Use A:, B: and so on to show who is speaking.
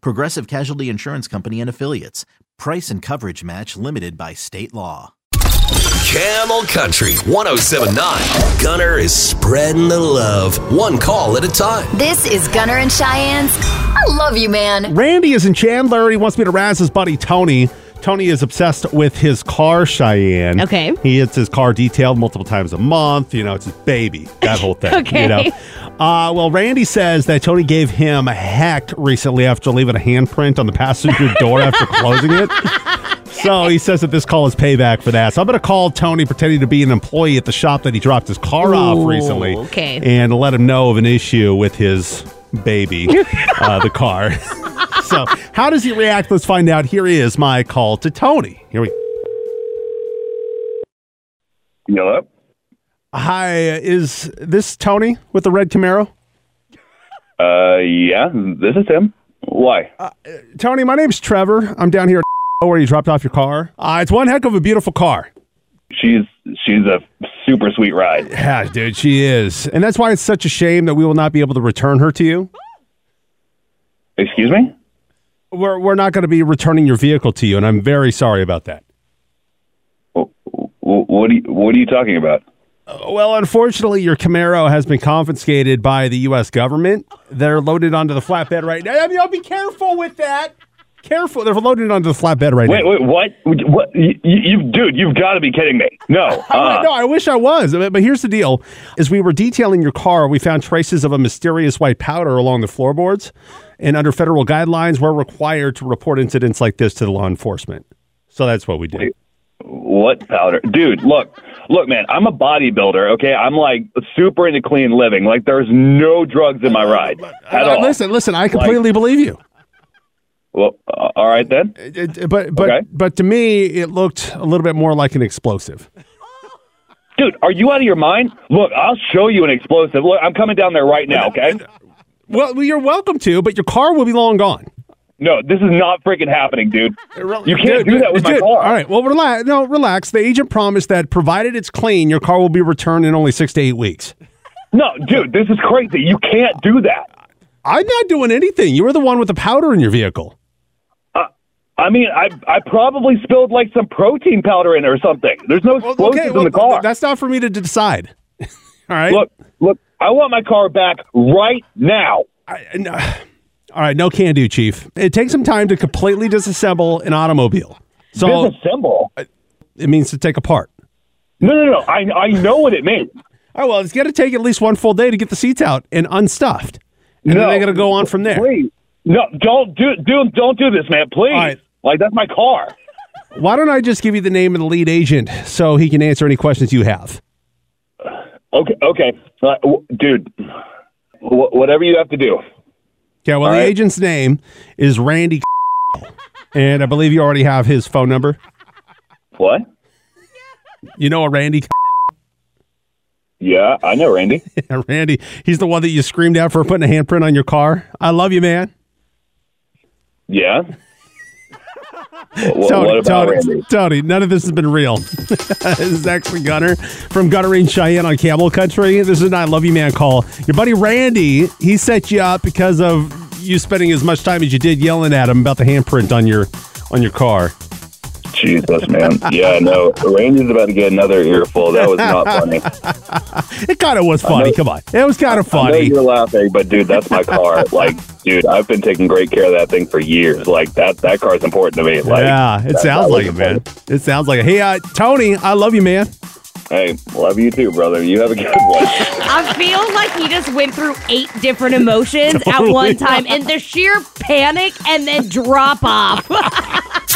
A: Progressive Casualty Insurance Company and Affiliates. Price and coverage match limited by state law.
B: Camel Country 1079. Gunner is spreading the love, one call at a time.
C: This is Gunner and Cheyenne's I Love You Man.
D: Randy is in Chandler. He wants me to razz his buddy Tony. Tony is obsessed with his car, Cheyenne.
E: Okay.
D: He gets his car detailed multiple times a month. You know, it's his baby, that whole thing. You
E: Okay.
D: know? uh, well, Randy says that Tony gave him a heck recently after leaving a handprint on the passenger door after closing it. So he says that this call is payback for that. So I'm going to call Tony pretending to be an employee at the shop that he dropped his car off
E: Ooh,
D: recently
E: okay.
D: and let him know of an issue with his baby, uh, the car. so, how does he react? Let's find out. Here is my call to Tony. Here we.
F: Yep.
D: Hi, uh, is this Tony with the red Camaro?
F: Uh, yeah, this is him. Why?
D: Tony, my name's Trevor. I'm down here at where you dropped off your car. Uh, it's one heck of a beautiful car.
F: she's she's a super sweet ride.
D: Yeah, dude, she is, and that's why it's such a shame that we will not be able to return her to you.
F: Excuse me?
D: We're we're not going to be returning your vehicle to you, and I'm very sorry about that.
F: Wh- wh- What are you, what are you talking about?
D: Well, unfortunately, your Camaro has been confiscated by the U.S. government. They're loaded onto the flatbed right now. I mean, I'll be careful with that. Careful. They're loaded onto the flatbed right
F: Wait,
D: now.
F: wait, what? What? You, you dude, you've got to be kidding me. No.
D: I-
F: Uh,
D: no, I wish I was. But but here's the deal: as we were detailing your car, we found traces of a mysterious white powder along the floorboards, and under federal guidelines, we're required to report incidents like this to the law enforcement. So that's what we did.
F: What powder? Dude, look. Look, man, I'm a bodybuilder, okay? I'm like super into clean living. Like there's no drugs in my ride at
D: Uh,
F: all.
D: Listen, listen. I completely believe you.
F: Well, uh, all right then.
D: It- it- but but
F: Okay.
D: but to me, it looked a little bit more like an explosive.
F: Dude, are you out of your mind? Look, I'll show you an explosive. Look, I'm coming down there right now, okay?
D: Well, you're welcome to, but your car will be long gone.
F: No, this is not freaking happening, dude. You
D: Dude,
F: can't do that with my
D: dude,
F: car.
D: All right, well, relax. No, relax. The agent promised that provided it's clean, your car will be returned in only six to eight weeks.
F: No, dude, this is crazy. You can't do that.
D: I'm not doing anything. You were the one with the powder in your vehicle.
F: I mean, I I probably spilled like some protein powder in it or something. There's no explosives in the car.
D: that's not for me to decide. all right.
F: look, look, I want my car back right now.
D: I- no. all right, no can do, Chief. It takes some time to completely disassemble an automobile. So
F: Disassemble.
D: it means to take apart.
F: No, no, no. I I know what it means.
D: Oh well, it's going to take at least one full day to get the seats out and unstuffed, and then
F: No.
D: they're going to go on from there.
F: Please. No, don't do do don't do this, man. Please.
D: All right.
F: Like that's my car.
D: Why don't I just give you the name of the lead agent so he can answer any questions you have?
F: Okay, okay. Uh, w- dude, wh- whatever you have to do.
D: Okay, well,
F: All
D: the
F: right.
D: agent's name is Randy, and I believe you already have his phone number.
F: What?
D: You know a Randy?
F: Yeah, I know, Randy.
D: Randy, he's the one that you screamed out for putting a handprint on your car. I love you, man.
F: yeah. Wh- wh- what about
D: Tony,
F: Randy?
D: Tony, none of this has been real. this is actually Gunner from Gunner and Cheyenne on Camel Country. This is an I Love You Man call. Your buddy Randy, he set you up because of you spending as much time as you did yelling at him about the handprint on your on your car.
F: Jesus, man. Yeah, no. Randy's about to get another earful. That was not funny.
D: It kind of was funny. Come on. It was kind of
F: I know
D: funny.
F: you're laughing, but dude, that's my car. Like, dude, I've been taking great care of that thing for years. Like that that car's important to me. Like,
D: yeah, it
F: that-
D: sounds
F: that
D: like it,
F: was
D: man. It sounds like it. Hey, uh, Tony, I love you, man.
F: funny. Hey, love you too, brother. You have a good one.
E: I feel like he just went through eight different emotions at
D: Totally.
E: one time and the sheer panic and then drop off.